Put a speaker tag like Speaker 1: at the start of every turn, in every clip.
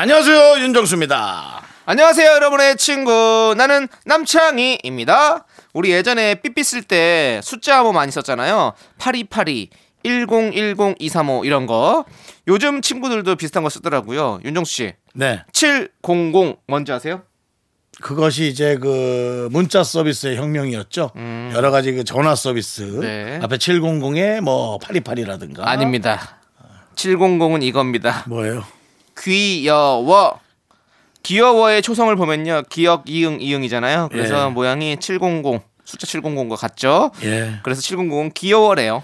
Speaker 1: 안녕하세요 윤정수입니다.
Speaker 2: 안녕하세요, 여러분의 친구. 나는 남창희입니다. 우리 예전에 삐삐 쓸 때 숫자 암호 많이 썼잖아요. 8282, 1010235 이런 거. 요즘 친구들도 비슷한 거 쓰더라고요. 윤정수 씨.
Speaker 1: 네,
Speaker 2: 700 뭔지 아세요?
Speaker 1: 그것이 이제 그 문자 서비스의 혁명이었죠. 여러 가지 그 전화 서비스
Speaker 2: 음. 네.
Speaker 1: 앞에 700에 뭐 828이라든가
Speaker 2: 아닙니다. 700은 이겁니다.
Speaker 1: 뭐예요?
Speaker 2: 귀여워. 귀여워의 초성을 보면요. 기억 이응 이응이잖아요. 그래서
Speaker 1: 예.
Speaker 2: 모양이 700 숫자 700과 같죠?
Speaker 1: 예.
Speaker 2: 그래서 700은 귀여워래요.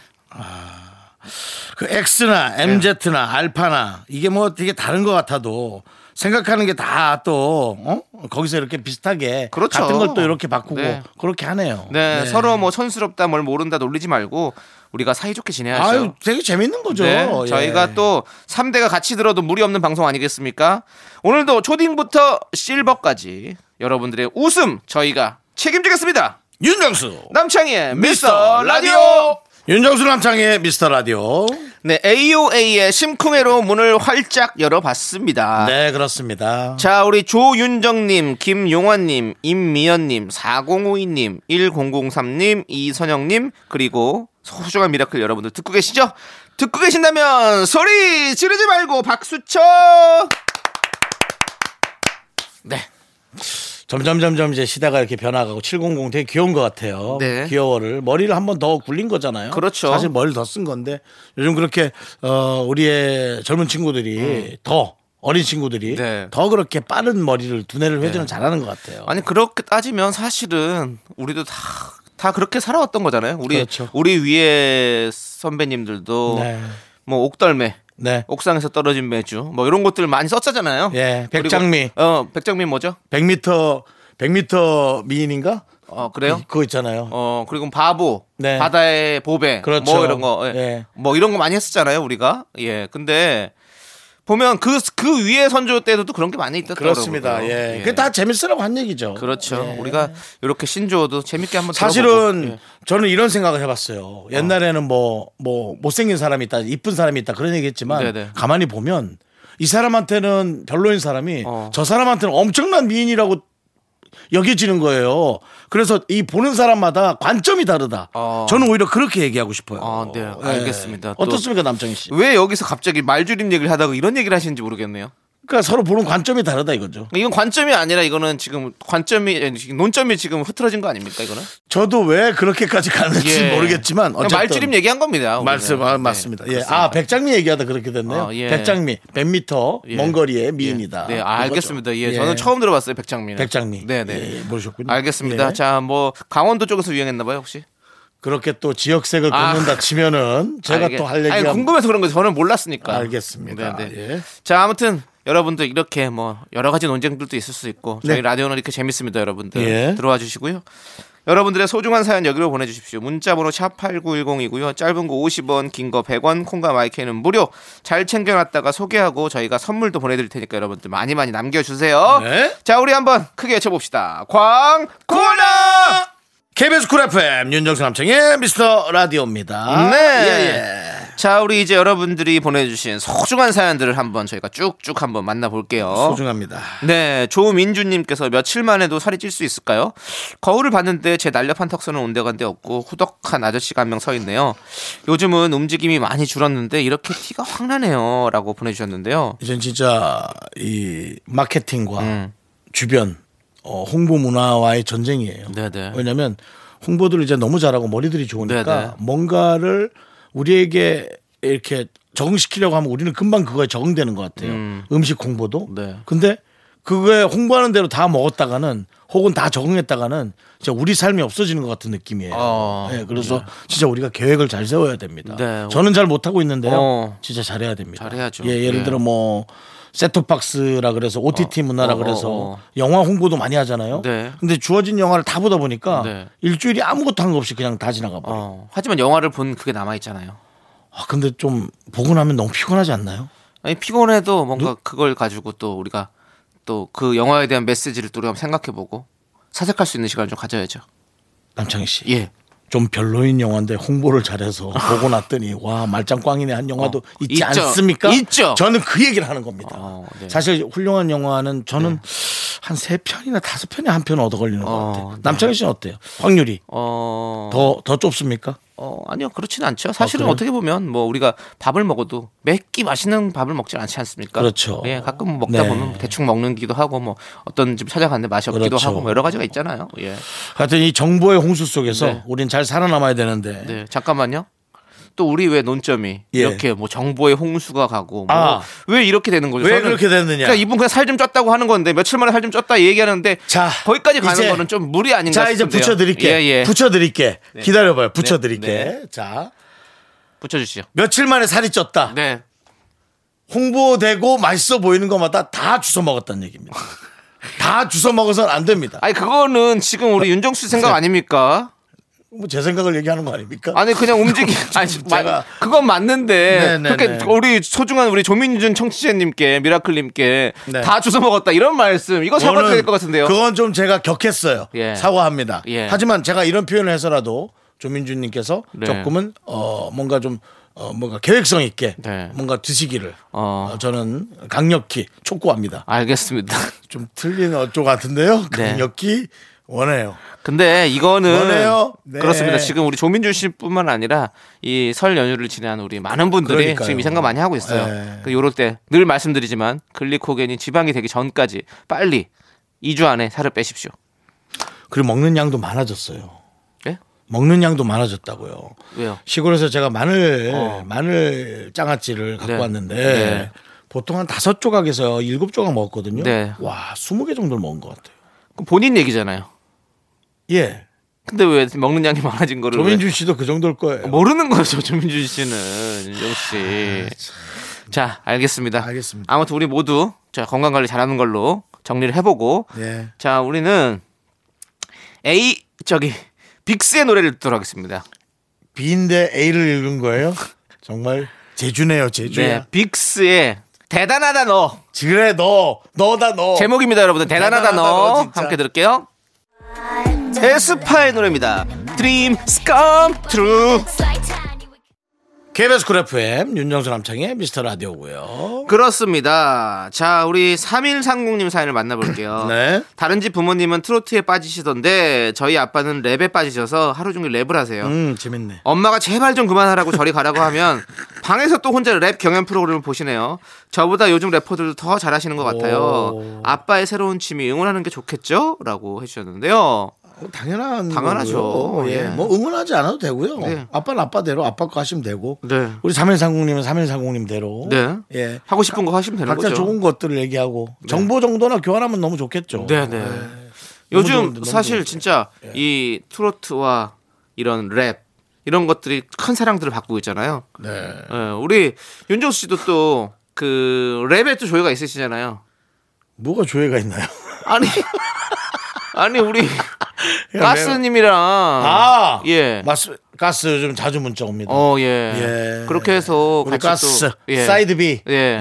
Speaker 1: 그 X나
Speaker 2: 네.
Speaker 1: MZ나 알파나 이게 뭐 되게 다른 것 같아도 생각하는 게 다 또 어? 거기서 이렇게 비슷하게
Speaker 2: 그렇죠.
Speaker 1: 같은 걸 또 이렇게 바꾸고
Speaker 2: 네.
Speaker 1: 그렇게 하네요.
Speaker 2: 네, 서로 뭐 천스럽다 뭘 모른다 놀리지 말고 우리가 사이좋게 지내야죠.
Speaker 1: 아유 되게 재밌는 거죠.
Speaker 2: 네,
Speaker 1: 예.
Speaker 2: 저희가 또 3대가 같이 들어도 무리 없는 방송 아니겠습니까? 오늘도 초딩부터 실버까지 여러분들의 웃음 저희가 책임지겠습니다.
Speaker 1: 윤정수
Speaker 2: 남창희의 미스터 라디오.
Speaker 1: 윤정수 남창의 미스터 라디오.
Speaker 2: 네, AOA의 심쿵해로 문을 활짝 열어봤습니다.
Speaker 1: 네 그렇습니다.
Speaker 2: 자, 우리 조윤정님, 김용환님, 임미연님, 4052님, 1003님, 이선영님, 그리고 소중한 미라클 여러분들 듣고 계시죠? 듣고 계신다면 소리 지르지 말고 박수쳐! 네.
Speaker 1: 점점 점점 이제 시대가 이렇게 변화가고 700 되게 귀여운 것 같아요.
Speaker 2: 네.
Speaker 1: 귀여워를 머리를 한 번 더 굴린 거잖아요.
Speaker 2: 그렇죠.
Speaker 1: 사실 머리를 더 쓴 건데 요즘 그렇게 어 우리의 젊은 친구들이 더 어린 친구들이
Speaker 2: 음. 네.
Speaker 1: 더 그렇게 빠른 머리를 두뇌를 회전을 잘하는 것 같아요.
Speaker 2: 아니, 그렇게 따지면 사실은 우리도 다, 다 그렇게 살아왔던 거잖아요. 우리,
Speaker 1: 그렇죠.
Speaker 2: 우리 위에 선배님들도
Speaker 1: 네.
Speaker 2: 뭐 옥덜매,
Speaker 1: 네.
Speaker 2: 옥상에서 떨어진 매주 뭐 이런 것들 많이 썼었잖아요.
Speaker 1: 예, 백장미.
Speaker 2: 그리고, 어, 백장미 뭐죠?
Speaker 1: 100m 100m 미인인가?
Speaker 2: 어, 그래요?
Speaker 1: 그거 있잖아요.
Speaker 2: 어, 그리고 바보,
Speaker 1: 음. 네.
Speaker 2: 바다의 보배,
Speaker 1: 그렇죠.
Speaker 2: 뭐 이런 거, 예.
Speaker 1: 예.
Speaker 2: 뭐 이런 거 많이 했었잖아요 우리가. 예, 근데 보면 그 그 위에 선조 때도 그런 게 많이 있다.
Speaker 1: 그렇습니다. 예. 그게 다 재밌으라고 한 얘기죠.
Speaker 2: 그렇죠.
Speaker 1: 예.
Speaker 2: 우리가 이렇게 신조어도 재밌게 한번
Speaker 1: 사실은
Speaker 2: 들어보고. 뭐, 예.
Speaker 1: 저는 이런 생각을 해봤어요. 옛날에는 뭐, 뭐, 못생긴 사람이 있다, 이쁜 사람이 있다 그런 얘기 했지만
Speaker 2: 네네.
Speaker 1: 가만히 보면 이 사람한테는 별로인 사람이
Speaker 2: 어.
Speaker 1: 저 사람한테는 엄청난 미인이라고 여겨지는 거예요. 그래서 이 보는 사람마다 관점이 다르다.
Speaker 2: 어.
Speaker 1: 저는 오히려 그렇게 얘기하고 싶어요.
Speaker 2: 아, 네.
Speaker 1: 예.
Speaker 2: 알겠습니다. 또-
Speaker 1: 어떻습니까, 남정희 씨?
Speaker 2: 예. 왜 여기서 갑자기 말줄임 얘기를 하다가 이런 얘기를 하시는지 모르겠네요.
Speaker 1: 그러니까 서로 보는 관점이 다르다 이거죠.
Speaker 2: 이건 관점이 아니라 이거는 지금 관점이 아니, 지금 논점이 지금 흐트러진 거 아닙니까 이거는?
Speaker 1: 저도 왜 그렇게까지 가는지 모르겠지만
Speaker 2: 예. 그냥
Speaker 1: 어쨌든
Speaker 2: 말줄임 얘기한 겁니다. 우리는.
Speaker 1: 말씀 아,
Speaker 2: 네,
Speaker 1: 맞습니다. 예.
Speaker 2: 그렇습니다.
Speaker 1: 아 백장미 얘기하다 그렇게 됐네요.
Speaker 2: 아, 예.
Speaker 1: 백장미 100m
Speaker 2: 예.
Speaker 1: 먼 거리의 미인이다.
Speaker 2: 네, 아,
Speaker 1: 이거죠.
Speaker 2: 알겠습니다. 예, 저는 처음 들어봤어요 백장미.
Speaker 1: 백장미.
Speaker 2: 네, 네.
Speaker 1: 예, 모르셨군요.
Speaker 2: 알겠습니다.
Speaker 1: 예.
Speaker 2: 자, 뭐 강원도 쪽에서 유행했나봐요 혹시?
Speaker 1: 그렇게 또 지역색을
Speaker 2: 아.
Speaker 1: 긋는다 치면은 제가
Speaker 2: 알겠-
Speaker 1: 또 할 얘기가
Speaker 2: 아니, 궁금해서 그런 거죠. 저는 몰랐으니까.
Speaker 1: 알겠습니다.
Speaker 2: 네, 네.
Speaker 1: 예.
Speaker 2: 자, 아무튼 여러분들 이렇게 뭐 여러 가지 논쟁들도 있을 수 있고 저희
Speaker 1: 네.
Speaker 2: 라디오는 이렇게 재밌습니다, 여러분들.
Speaker 1: 예.
Speaker 2: 들어와 주시고요. 여러분들의 소중한 사연 여기로 보내주십시오. 문자번호 샵 8910이고요. 짧은 거 50원, 긴 거 100원, 콩과 마이크는 무료. 잘 챙겨놨다가 소개하고 저희가 선물도 보내드릴 테니까 여러분들 많이 많이 남겨주세요.
Speaker 1: 네.
Speaker 2: 자, 우리 한번 크게 외쳐봅시다. 광고라!
Speaker 1: KBS 쿨 FM 윤정수 남창의 미스터 라디오입니다.
Speaker 2: 네.
Speaker 1: 예, 예.
Speaker 2: 자, 우리 이제 여러분들이 보내주신 소중한 사연들을 한번 저희가 쭉쭉 한번 만나볼게요.
Speaker 1: 소중합니다.
Speaker 2: 네, 조민주님께서 며칠 만에도 살이 찔 수 있을까요? 거울을 봤는데 제 날렵한 턱선은 온데간데 없고 후덕한 아저씨가 한 명 서 있네요. 요즘은 움직임이 많이 줄었는데 이렇게 티가 확 나네요.라고 보내주셨는데요.
Speaker 1: 이젠 진짜 이 마케팅과
Speaker 2: 음.
Speaker 1: 주변 어, 홍보 문화와의 전쟁이에요.
Speaker 2: 네네.
Speaker 1: 왜냐하면 홍보들 이제 너무 잘하고 머리들이 좋으니까
Speaker 2: 네네.
Speaker 1: 뭔가를 우리에게 이렇게 적응시키려고 하면 우리는 금방 그거에 적응되는 것 같아요. 음. 식 홍보도.
Speaker 2: 네.
Speaker 1: 근데 그거에 홍보하는 대로 다 먹었다가는 혹은 다 적응했다가는 진짜 우리 삶이 없어지는 것 같은 느낌이에요.
Speaker 2: 어.
Speaker 1: 네, 그래서 진짜 우리가 계획을 잘 세워야 됩니다.
Speaker 2: 네.
Speaker 1: 저는 잘 못하고 있는데요.
Speaker 2: 어.
Speaker 1: 진짜 잘해야 됩니다.
Speaker 2: 잘해야죠.
Speaker 1: 예, 예를
Speaker 2: 예.
Speaker 1: 들어 뭐 세톱박스라 그래서 OTT 문화라
Speaker 2: 어, 어,
Speaker 1: 그래서
Speaker 2: 어.
Speaker 1: 영화 홍보도 많이 하잖아요.
Speaker 2: 네.
Speaker 1: 근데 주어진 영화를 다 보다 보니까
Speaker 2: 네.
Speaker 1: 일주일이 아무것도 한 거 없이 그냥 다 지나가 버려. 요
Speaker 2: 어, 하지만 영화를 본 그게 남아 있잖아요.
Speaker 1: 아, 근데 좀 보고 나면 너무 피곤하지 않나요?
Speaker 2: 아니 피곤해도 뭔가 그걸 가지고 또 우리가 또 그 영화에 대한 메시지를 또 우리가 한번 생각해보고 사색할 수 있는 시간을 좀 가져야죠.
Speaker 1: 남창희 씨.
Speaker 2: 예. 아.
Speaker 1: 좀 별로인 영화인데 홍보를 잘해서 보고 났더니 와 말짱 꽝이네 한 영화도
Speaker 2: 어,
Speaker 1: 있지
Speaker 2: 있죠.
Speaker 1: 않습니까?
Speaker 2: 있죠.
Speaker 1: 저는 그 얘기를 하는 겁니다.
Speaker 2: 어, 네.
Speaker 1: 사실 훌륭한 영화는 저는 한 세 편이나 다섯 편에 한 편 얻어 걸리는 것
Speaker 2: 어,
Speaker 1: 같아요.
Speaker 2: 네.
Speaker 1: 남창희 씨는 어때요? 확률이
Speaker 2: 어,
Speaker 1: 더 더 좁습니까?
Speaker 2: 어, 아니요 그렇지는 않죠. 사실은
Speaker 1: 그래요?
Speaker 2: 어떻게 보면 뭐 우리가 밥을 먹어도 매끼 맛있는 밥을 먹지 않지 않습니까?
Speaker 1: 그렇죠.
Speaker 2: 예, 가끔 뭐 먹다
Speaker 1: 네.
Speaker 2: 보면 대충 먹는기도 하고 뭐 어떤 집 찾아갔는데 맛이 없기도
Speaker 1: 그렇죠.
Speaker 2: 하고 뭐 여러 가지가 있잖아요. 예.
Speaker 1: 하여튼 이 정보의 홍수 속에서
Speaker 2: 네.
Speaker 1: 우린 잘 살아남아야 되는데
Speaker 2: 네, 잠깐만요. 또 우리 왜 논점이
Speaker 1: 예.
Speaker 2: 이렇게 뭐 정보의 홍수가 가고
Speaker 1: 아.
Speaker 2: 뭐 왜 이렇게 되는 거죠?
Speaker 1: 왜
Speaker 2: 저는
Speaker 1: 그렇게 됐느냐?
Speaker 2: 그냥 이분 그냥 살 좀 쪘다고 하는 건데 며칠 만에 살 좀 쪘다 이 얘기하는데
Speaker 1: 자,
Speaker 2: 거기까지 가는
Speaker 1: 이제-
Speaker 2: 거는 좀 무리 아닌가
Speaker 1: 자 이제
Speaker 2: 싶은데요.
Speaker 1: 붙여드릴게.
Speaker 2: 예, 예.
Speaker 1: 붙여드릴게. 기다려봐요. 붙여드릴게.
Speaker 2: 네.
Speaker 1: 자
Speaker 2: 붙여 주시죠.
Speaker 1: 며칠 만에 살이 쪘다.
Speaker 2: 네.
Speaker 1: 홍보되고 맛있어 보이는 것마다 다 주워 먹었다는 얘기입니다. 다 주워 먹어서는 안 됩니다.
Speaker 2: 아니 그거는 지금
Speaker 1: 어.
Speaker 2: 우리 윤정수 씨
Speaker 1: 네.
Speaker 2: 생각 아닙니까?
Speaker 1: 뭐 제 생각을 얘기하는 거 아닙니까?
Speaker 2: 아니 그냥 움직이 아니 마-
Speaker 1: 제가-
Speaker 2: 그건 맞는데
Speaker 1: 네, 네, 네.
Speaker 2: 그렇게 우리 소중한 우리 조민준 청취자님께 미라클님께
Speaker 1: 네.
Speaker 2: 다 주워 먹었다 이런 말씀 이거 어, 사과드릴
Speaker 1: 저는
Speaker 2: 것 같은데요.
Speaker 1: 그건 좀 제가 격했어요.
Speaker 2: 예.
Speaker 1: 사과합니다.
Speaker 2: 예.
Speaker 1: 하지만 제가 이런 표현을 해서라도 조민주님께서
Speaker 2: 네.
Speaker 1: 조금은 어 뭔가 좀 어, 뭔가 계획성 있게
Speaker 2: 네.
Speaker 1: 뭔가 드시기를
Speaker 2: 어.
Speaker 1: 어, 저는 강력히 촉구합니다.
Speaker 2: 알겠습니다.
Speaker 1: 좀 틀린 어조 같은데요.
Speaker 2: 네.
Speaker 1: 강력히 원해요.
Speaker 2: 근데 이거는
Speaker 1: 뭐네요? 네.
Speaker 2: 그렇습니다. 지금 우리 조민준 씨뿐만 아니라 이 설 연휴를 지내한 우리 많은 분들이
Speaker 1: 그러니까요.
Speaker 2: 지금 이 생각 많이 하고 있어요.
Speaker 1: 네.
Speaker 2: 그 요럴 때 늘 말씀드리지만 글리코겐이 지방이 되기 전까지 빨리 2주 안에 살을 빼십시오.
Speaker 1: 그리고 먹는 양도 많아졌어요.
Speaker 2: 예?
Speaker 1: 먹는 양도 많아졌다고요.
Speaker 2: 왜요?
Speaker 1: 시골에서 제가 마늘 마늘 장아찌를 갖고
Speaker 2: 어. 네.
Speaker 1: 왔는데
Speaker 2: 네.
Speaker 1: 보통 한 다섯 조각에서 일곱 조각 먹었거든요.
Speaker 2: 네.
Speaker 1: 와, 스무 개 정도를 먹은 것 같아요.
Speaker 2: 그럼 본인 얘기잖아요.
Speaker 1: 예.
Speaker 2: 근데 왜 먹는 양이 많아진 거를 왜-
Speaker 1: 조민준 씨도 그 정도일 거예요.
Speaker 2: 아, 모르는 거죠 조민준 씨는 윤정 씨. 자 알겠습니다.
Speaker 1: 아, 알겠습니다.
Speaker 2: 아무튼 우리 모두 자 건강 관리 잘하는 걸로 정리를 해보고
Speaker 1: 네.
Speaker 2: 자 우리는 A 저기 빅스의 노래를 듣도록 하겠습니다.
Speaker 1: B인데 A를 읽은 거예요? 정말 제주네요, 제주야.
Speaker 2: 네, 빅스의 대단하다 너
Speaker 1: 그래 너 너다 너.
Speaker 2: 제목입니다 여러분들 대단하다,
Speaker 1: 대단하다
Speaker 2: 너,
Speaker 1: 너, 진짜.
Speaker 2: 함께 들을게요. 에스파의 노래입니다. Dreams come true.
Speaker 1: KBS 쿨 FM 윤정수 남창의 미스터 라디오고요.
Speaker 2: 그렇습니다. 자, 우리 3130님 사연을 만나볼게요.
Speaker 1: 네.
Speaker 2: 다른 집 부모님은 트로트에 빠지시던데 저희 아빠는 랩에 빠지셔서 하루 종일 랩을 하세요.
Speaker 1: 음 재밌네.
Speaker 2: 엄마가 제발 좀 그만하라고 저리 가라고 하면 방에서 또 혼자 랩 경연 프로그램을 보시네요. 저보다 요즘 래퍼들도 더 잘하시는 것 같아요.
Speaker 1: 오.
Speaker 2: 아빠의 새로운 취미 응원하는 게 좋겠죠? 라고 해주셨는데요.
Speaker 1: 어, 당연한
Speaker 2: 당연하죠.
Speaker 1: 거고요. 예.
Speaker 2: 예.
Speaker 1: 뭐 응원하지 않아도 되고요.
Speaker 2: 네.
Speaker 1: 아빠는 아빠대로 아빠 거 하시면 되고.
Speaker 2: 네.
Speaker 1: 우리 3130님은 3130님대로.
Speaker 2: 네.
Speaker 1: 예.
Speaker 2: 하고 싶은 거 하시면 되는
Speaker 1: 각자
Speaker 2: 거죠. 네.
Speaker 1: 좋은 것들을 얘기하고 정보 정도나 교환하면 너무 좋겠죠.
Speaker 2: 네네.
Speaker 1: 너무
Speaker 2: 요즘
Speaker 1: 좋은데, 너무
Speaker 2: 사실
Speaker 1: 좋은데. 예.
Speaker 2: 진짜 이 트로트와 이런 랩 이런 것들이 큰 사랑들을 받고 있잖아요.
Speaker 1: 네.
Speaker 2: 예, 우리 윤정수 씨도 또 그 랩에 또 조예가 있으시잖아요.
Speaker 1: 뭐가 조회가 있나요?
Speaker 2: 아니 아니 우리
Speaker 1: 그냥
Speaker 2: 가스님이랑
Speaker 1: 그러니까 아,
Speaker 2: 예.
Speaker 1: 마스, 가스 요즘 자주 문자 옵니다.
Speaker 2: 어, 예.
Speaker 1: 예.
Speaker 2: 그렇게 해서
Speaker 1: 우리
Speaker 2: 같이
Speaker 1: 가스
Speaker 2: 또 예.
Speaker 1: 사이드 B.
Speaker 2: 예.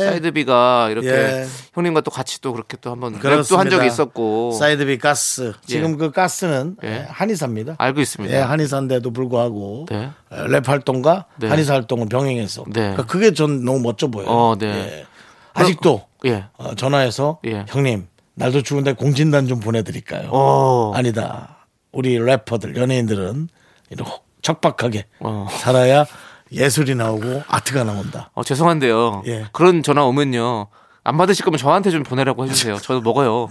Speaker 2: 사이드비가 이렇게
Speaker 1: 예.
Speaker 2: 형님과 또 같이 또 그렇게 또 한번 랩도
Speaker 1: 그렇습니다.
Speaker 2: 한 적이 있었고
Speaker 1: 사이드 B 가스. 지금 그 가스는
Speaker 2: 예.
Speaker 1: 예, 한의사입니다.
Speaker 2: 알고 있습니다.
Speaker 1: 예, 한의사인데도 불구하고
Speaker 2: 네.
Speaker 1: 어, 랩 활동과
Speaker 2: 네.
Speaker 1: 한의사 활동을 병행해서
Speaker 2: 네.
Speaker 1: 그게전 너무 멋져 보여요.
Speaker 2: 어, 네.
Speaker 1: 예. 아직도
Speaker 2: 예.
Speaker 1: 어, 전화해서
Speaker 2: 예.
Speaker 1: 형님 날도 추운데 공진단 좀 보내드릴까요?
Speaker 2: 어.
Speaker 1: 아니다. 우리 래퍼들 연예인들은 이렇게 척박하게
Speaker 2: 어.
Speaker 1: 살아야 예술이 나오고 아트가 나온다.
Speaker 2: 어, 죄송한데요.
Speaker 1: 예.
Speaker 2: 그런 전화 오면요. 안 받으실 거면 저한테 좀 보내라고 해주세요. 저도 먹어요.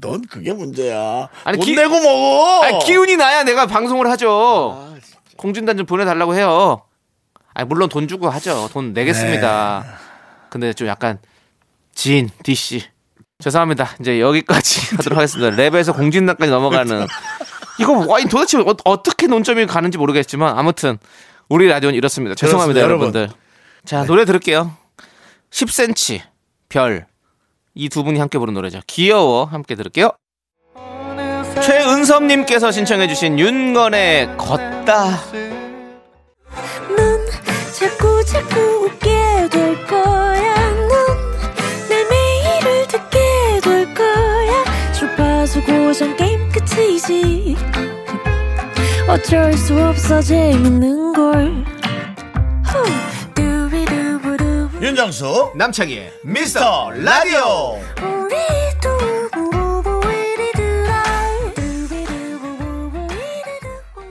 Speaker 1: 넌 그게 문제야.
Speaker 2: 아니,
Speaker 1: 돈
Speaker 2: 기-
Speaker 1: 내고 먹어.
Speaker 2: 아니, 기운이 나야 내가 방송을 하죠. 아, 공진단 좀 보내달라고 해요. 아니, 물론 돈 주고 하죠. 돈 내겠습니다. 근데 좀 약간 지인, DC. 죄송합니다. 이제 여기까지 하도록 하겠습니다. 랩에서 공진단까지 넘어가는. 이거 아니, 도대체 어, 떻게 논점이 가는지 모르겠지만 아무튼 우리 라디오는 이렇습니다. 네. 죄송합니다,
Speaker 1: 그렇습니다, 여러분.
Speaker 2: 여러분들. 자, 노래 들을게요. 10cm, 별. 이 두 분이 함께 부른 노래죠. 귀여워. 함께 들을게요. 최은섭님께서 신청해주신 윤건의 걷다.
Speaker 3: 넌 자꾸 자꾸 웃게 될 거야. 넌내 매일을 듣게 될 거야. 주파수 고정 게임 끝이지. 어쩔 수 없어 재밌는 걸. 후. 두비두부두.
Speaker 1: 윤정수
Speaker 2: 남창희의 미스터 라디오.
Speaker 3: 우리 두부부부 우리들아. 두비두부부부 우리들아.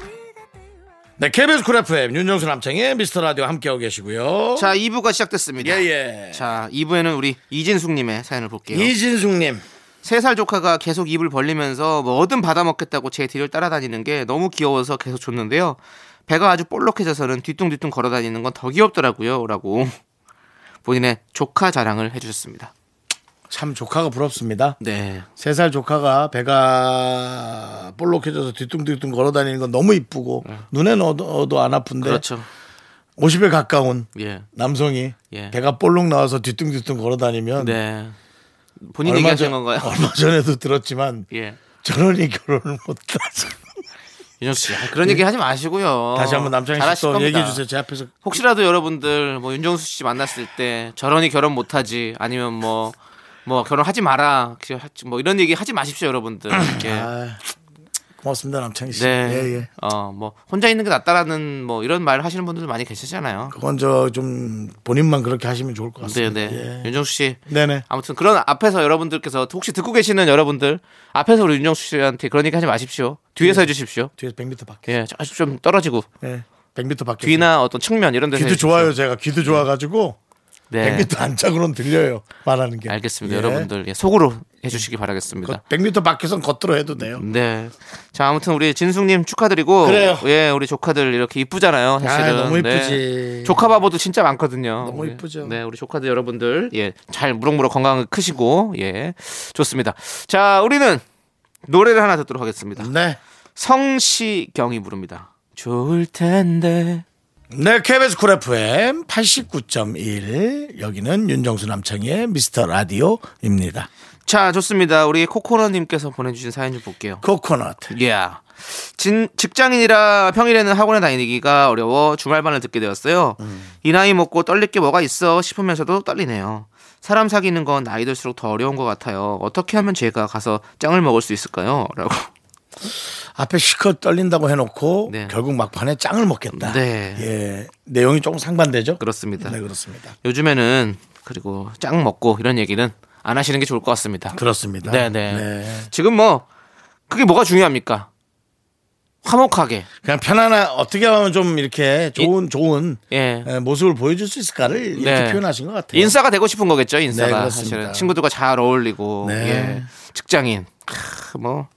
Speaker 1: 네 KBS 쿨 FM 윤정수 남창의 미스터 라디오 함께하고 계시고요
Speaker 2: 자, 2부가 시작됐습니다.
Speaker 1: 예예
Speaker 2: 자, 2부에는 우리 이진숙님의 사연을 볼게요.
Speaker 1: 이진숙님
Speaker 2: 세 살 조카가 계속 입을 벌리면서 뭐든 받아먹겠다고 제 뒤를 따라다니는 게 너무 귀여워서 계속 줬는데요. 배가 아주 볼록해져서는 뒤뚱뒤뚱 걸어다니는 건 더 귀엽더라고요. 라고 본인의 조카 자랑을 해주셨습니다.
Speaker 1: 참 조카가 부럽습니다
Speaker 2: 네.
Speaker 1: 세 살 조카가 배가 볼록해져서 뒤뚱뒤뚱 걸어다니는 건 너무 이쁘고 눈에 넣어도 안 아픈데
Speaker 2: 그렇죠.
Speaker 1: 50에 가까운
Speaker 2: 예.
Speaker 1: 남성이
Speaker 2: 예.
Speaker 1: 배가 볼록 나와서 뒤뚱뒤뚱 걸어다니면
Speaker 2: 네. 본인 얘기하신
Speaker 1: 전-
Speaker 2: 건가요?
Speaker 1: 얼마 전에도 들었지만
Speaker 2: 예.
Speaker 1: 저런이 결혼을 못하죠
Speaker 2: 윤정 씨, 아, 그런 얘기 하지 마시고요.
Speaker 1: 다시 한번 남창희
Speaker 2: 잘하실
Speaker 1: 씨또
Speaker 2: 겁니다.
Speaker 1: 얘기해 주세요 제 앞에서
Speaker 2: 혹시라도 여러분들 뭐 윤정수 씨 만났을 때 저런이 결혼 못하지 아니면 뭐 뭐 결혼하지 마라 뭐 이런 얘기 하지 마십시오 여러분들. 예.
Speaker 1: 아, 고맙습니다 남창희 씨
Speaker 2: 네.
Speaker 1: 예, 예.
Speaker 2: 어 뭐 혼자 있는 게 낫다라는 뭐 이런 말 하시는 분들도 많이 계시잖아요.
Speaker 1: 그건 저 좀 본인만 그렇게 하시면 좋을 것
Speaker 2: 네,
Speaker 1: 같습니다.
Speaker 2: 네.
Speaker 1: 예.
Speaker 2: 윤정수 씨.
Speaker 1: 네네.
Speaker 2: 아무튼 그런 앞에서 여러분들께서 혹시 듣고 계시는 여러분들 앞에서 우리 윤정수 씨한테 그런 얘기 하지 마십시오. 뒤에서
Speaker 1: 예.
Speaker 2: 해주십시오.
Speaker 1: 뒤에서 100m 밖에.
Speaker 2: 예, 저- 좀 떨어지고
Speaker 1: 예. 100m 밖에.
Speaker 2: 뒤나 어떤 측면 이런 데서
Speaker 1: 귀도
Speaker 2: 해주십시오.
Speaker 1: 좋아요 제가 귀도 좋아가지고
Speaker 2: 네.
Speaker 1: 100m 안짝으로는 들려요 말하는 게.
Speaker 2: 알겠습니다,
Speaker 1: 예. 그
Speaker 2: 여러분들 예, 속으로 해주시기 바라겠습니다.
Speaker 1: 100m 밖에선 겉으로 해도 돼요.
Speaker 2: 네. 자, 아무튼 우리 진숙님 축하드리고.
Speaker 1: 그래요.
Speaker 2: 예, 우리 조카들 이렇게 이쁘잖아요. 사실은.
Speaker 1: 아, 너무
Speaker 2: 네.
Speaker 1: 이쁘지.
Speaker 2: 조카 바보도 진짜 많거든요.
Speaker 1: 너무
Speaker 2: 우리,
Speaker 1: 이쁘죠.
Speaker 2: 네, 우리 조카들 여러분들 예, 잘 무럭무럭 건강 크시고 예, 좋습니다. 자, 우리는 노래를 하나 듣도록 하겠습니다.
Speaker 1: 네.
Speaker 2: 성시경이 부릅니다. 좋을 텐데.
Speaker 1: 네, KBS 쿨 FM 89.1 여기는 윤정수 남창희의 미스터 라디오입니다.
Speaker 2: 자, 좋습니다. 우리 코코넛님께서 보내주신 사연 좀 볼게요.
Speaker 1: 코코넛.
Speaker 2: 예. 진, 직장인이라 평일에는 학원에 다니기가 어려워 주말반을 듣게 되었어요. 이 나이 먹고 떨릴 게 뭐가 있어 싶으면서도 떨리네요. 사람 사귀는 건 나이 들수록 더 어려운 것 같아요. 어떻게 하면 제가 가서 짱을 먹을 수 있을까요? 라고.
Speaker 1: 앞에 시컷 떨린다고 해놓고
Speaker 2: 네.
Speaker 1: 결국 막판에 짱을 먹겠다.
Speaker 2: 네.
Speaker 1: 예, 내용이 조금 상반되죠.
Speaker 2: 그렇습니다.
Speaker 1: 네, 그렇습니다.
Speaker 2: 요즘에는 그리고 짱 먹고 이런 얘기는 안 하시는 게 좋을 것 같습니다.
Speaker 1: 그렇습니다.
Speaker 2: 네네. 지금 뭐 그게 뭐가 중요합니까? 화목하게.
Speaker 1: 그냥 편안한 어떻게 하면 좀 이렇게 좋은 좋은
Speaker 2: 예.
Speaker 1: 에, 모습을 보여줄 수 있을까를 이렇게
Speaker 2: 네.
Speaker 1: 표현하신 것 같아요.
Speaker 2: 인싸가 되고 싶은 거겠죠 인싸가
Speaker 1: 네, 그렇습니다.
Speaker 2: 사실은 친구들과 잘 어울리고
Speaker 1: 네.
Speaker 2: 예. 직장인 크, 뭐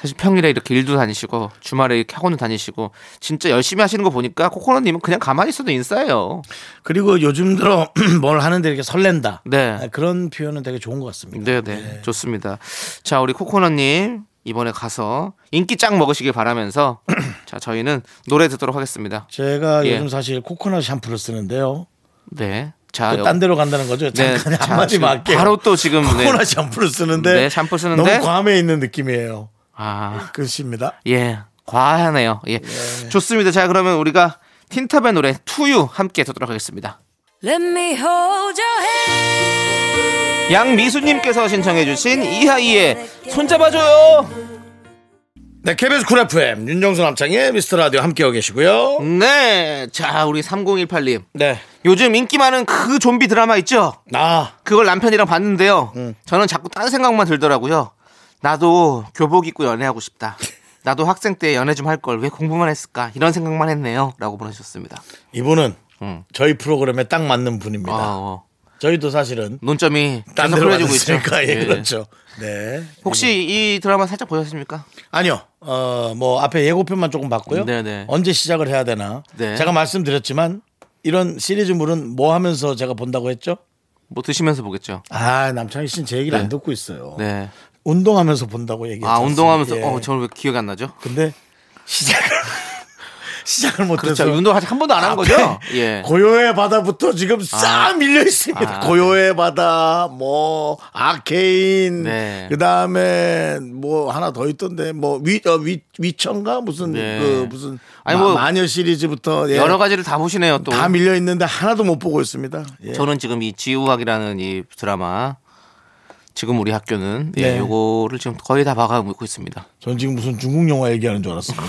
Speaker 2: 사실 평일에 이렇게 일도 다니시고 주말에 이렇게 학원도 다니시고 진짜 열심히 하시는 거 보니까 코코넛님은 그냥 가만히 있어도 인싸예요.
Speaker 1: 그리고 요즘 들어 뭘 하는데 이렇게 설렌다.
Speaker 2: 네.
Speaker 1: 아, 그런 표현은 되게 좋은 것 같습니다.
Speaker 2: 네네 좋습니다. 자 우리 코코넛님 이번에 가서 인기 짱 먹으시길 바라면서 자 저희는 노래 듣도록 하겠습니다.
Speaker 1: 제가
Speaker 2: 예.
Speaker 1: 요즘 사실 코코넛 샴푸를 쓰는데요.
Speaker 2: 네. 자
Speaker 1: 또 딴 데로 간다는 거죠.
Speaker 2: 네,
Speaker 1: 잠깐
Speaker 2: 자,
Speaker 1: 한마디
Speaker 2: 지금
Speaker 1: 만할게요
Speaker 2: 바로 또 지금, 네.
Speaker 1: 코코넛 샴푸를 쓰는데
Speaker 2: 네, 샴푸 쓰는데.
Speaker 1: 너무 과음에 있는 느낌이에요.
Speaker 2: 아
Speaker 1: 끝입니다.
Speaker 2: 예, 과하네요. 예. 좋습니다. 자, 그러면 우리가 틴탑의 노래 투유 함께 듣도록 하겠습니다.
Speaker 3: Let me hold your hand.
Speaker 2: 양미수님께서 신청해주신 이하이의 손잡아줘요.
Speaker 1: 네, KBS 쿨 FM 윤정수 남창의 미스터 라디오 함께하고 계시고요.
Speaker 2: 네. 자, 우리 3018님.
Speaker 1: 네,
Speaker 2: 요즘 인기 많은 그 좀비 드라마 있죠?
Speaker 1: 나
Speaker 2: 그걸 남편이랑 봤는데요.
Speaker 1: 음.
Speaker 2: 저는 자꾸 딴 생각만 들더라고요. 나도 교복 입고 연애하고 싶다. 나도 학생 때 연애 좀 할 걸 왜 공부만 했을까? 이런 생각만 했네요. 라고 보내주셨습니다.
Speaker 1: 이분은
Speaker 2: 음.
Speaker 1: 저희 프로그램에 딱 맞는 분입니다.
Speaker 2: 아, 어.
Speaker 1: 저희도 사실은
Speaker 2: 논점이
Speaker 1: 네. 딴
Speaker 2: 계속
Speaker 1: 데로
Speaker 2: 흐려지고 있죠.
Speaker 1: 갔으니까 예,
Speaker 2: 예.
Speaker 1: 그렇죠. 네.
Speaker 2: 혹시 이 드라마 살짝 보셨습니까?
Speaker 1: 아니요. 어, 뭐 앞에 예고편만 조금 봤고요.
Speaker 2: 네네.
Speaker 1: 언제 시작을 해야 되나?
Speaker 2: 네.
Speaker 1: 제가 말씀드렸지만 이런 시리즈물은 뭐 하면서 제가 본다고 했죠?
Speaker 2: 뭐 드시면서 보겠죠.
Speaker 1: 아, 남창희 씨는 제 얘기를
Speaker 2: 네.
Speaker 1: 안 듣고 있어요.
Speaker 2: 네. 어, 예,
Speaker 1: 운동하면서 본다고 예. 얘기했죠.
Speaker 2: 아 운동하면서 어 저는 왜 기억이 안 나죠?
Speaker 1: 근데 시작을 시작을 못해서
Speaker 2: 그렇죠. 운동 아직 한 번도 안 한 거죠?
Speaker 1: 앞에
Speaker 2: 예.
Speaker 1: 고요의 바다부터 지금 싹 밀려 있습니다.
Speaker 2: 아,
Speaker 1: 고요의 바다, 뭐 아케인,
Speaker 2: 네.
Speaker 1: 그 다음에 뭐 하나 더 있던데 뭐위 어, 위, 위천가 무슨
Speaker 2: 네.
Speaker 1: 그 무슨
Speaker 2: 아니,
Speaker 1: 마-
Speaker 2: 뭐
Speaker 1: 마녀 시리즈부터 예.
Speaker 2: 여러 가지를 네. 다 보시네요 또.
Speaker 1: 다 밀려 있는데 하나도 못 보고 있습니다. 예.
Speaker 2: 저는 지금 이 지우학이라는 이 드라마 지금 우리 학교는 예,
Speaker 1: 네.
Speaker 2: 요거를 지금 거의 다 봐가고 있습니다.
Speaker 1: 전 지금 무슨 중국 영화 얘기하는 줄 알았습니다.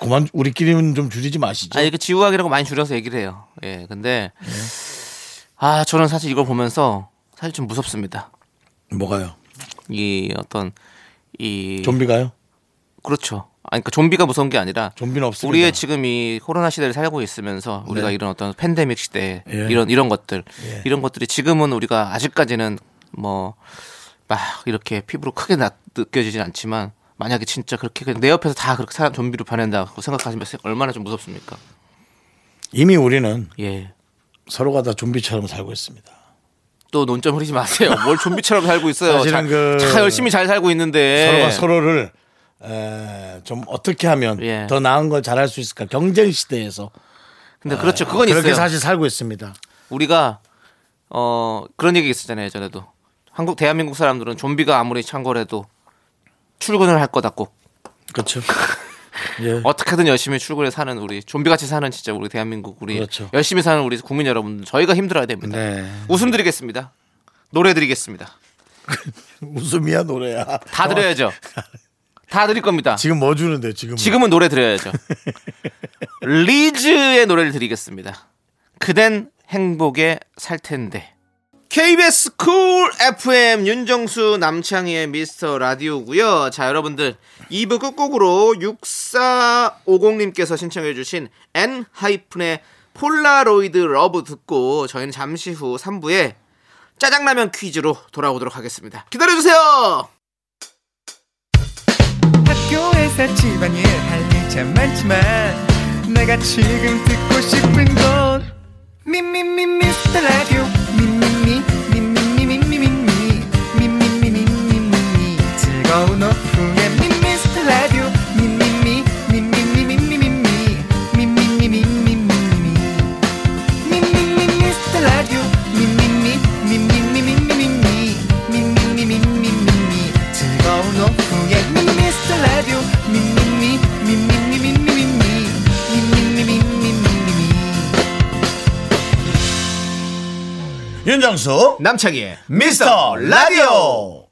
Speaker 1: 그만 우리끼리는 좀 줄이지 마시죠.
Speaker 2: 아니 이렇게 지우학이라고 많이 줄여서 얘기를 해요. 예, 근데 아 저는 사실 이걸 보면서 사실 좀 무섭습니다. 예.
Speaker 1: 뭐가요?
Speaker 2: 이 어떤 이
Speaker 1: 좀비가요?
Speaker 2: 그렇죠. 아니 그러니까 좀비가 무서운 게 아니라
Speaker 1: 좀비는 없습니다.
Speaker 2: 우리의 지금 이 코로나 시대를 살고 있으면서 우리가 이런 어떤 팬데믹 시대
Speaker 1: 예.
Speaker 2: 이런 이런 것들
Speaker 1: 예.
Speaker 2: 이런 것들이 지금은 우리가 아직까지는 뭐 막 이렇게 피부로 크게 나- 느껴지진 않지만 만약에 진짜 그렇게 그냥 내 옆에서 다 그렇게 사람 좀비로 변한다고 생각하시면 얼마나 좀 무섭습니까?
Speaker 1: 이미 우리는
Speaker 2: 예.
Speaker 1: 서로가 다 좀비처럼 살고 있습니다.
Speaker 2: 또 논점 흐리지 마세요. 뭘 좀비처럼 살고 있어요.
Speaker 1: 사실은
Speaker 2: 자,
Speaker 1: 그-
Speaker 2: 자, 열심히 잘 살고 있는데
Speaker 1: 서로가 서로를 에, 좀 어떻게 하면
Speaker 2: 예.
Speaker 1: 더 나은 걸 잘할 수 있을까 경쟁 시대에서
Speaker 2: 근데 그렇죠. 그건
Speaker 1: 그렇게
Speaker 2: 있어요.
Speaker 1: 사실 살고 있습니다.
Speaker 2: 우리가 어 그런 얘기 있었잖아요 예전에도 한국 대한민국 사람들은 좀비가 아무리 창궐해도 출근을 할 거다 꼭
Speaker 1: 그렇죠. 예.
Speaker 2: 어떻게든 열심히 출근해 사는 우리 좀비 같이 사는 진짜 우리 대한민국 우리
Speaker 1: 그렇죠.
Speaker 2: 열심히 사는 우리 국민 여러분들 저희가 힘들어야 됩니다
Speaker 1: 네.
Speaker 2: 웃음 드리겠습니다 노래 드리겠습니다
Speaker 1: 웃음이야 노래야.
Speaker 2: 다 드려야죠 다 드릴 겁니다
Speaker 1: 지금 뭐 주는데 지금?
Speaker 2: 지금은 노래 드려야죠 리즈의 노래를 드리겠습니다 그댄 행복에 살 텐데 KBS 쿨 FM 윤정수 남창희의 미스터 라디오고요. 자 여러분들 2부 끝곡으로 6450님께서 신청해 주신 N-의 폴라로이드 러브 듣고 저희는 잠시 후 3부에 짜장라면 퀴즈로 돌아오도록 하겠습니다. 기다려주세요.
Speaker 4: 학교에서 집안일 할 일 참 많지만 내가 지금 듣고 싶은 건 미미미 미스터 라디오 미미미 미미미 미미미 미미미 미미미 즐거운 오후에 미스터 라디오 미미미 미미미 미미미 미미미 미미미
Speaker 1: 윤정수
Speaker 2: 남창희의
Speaker 1: 미스터 라디오.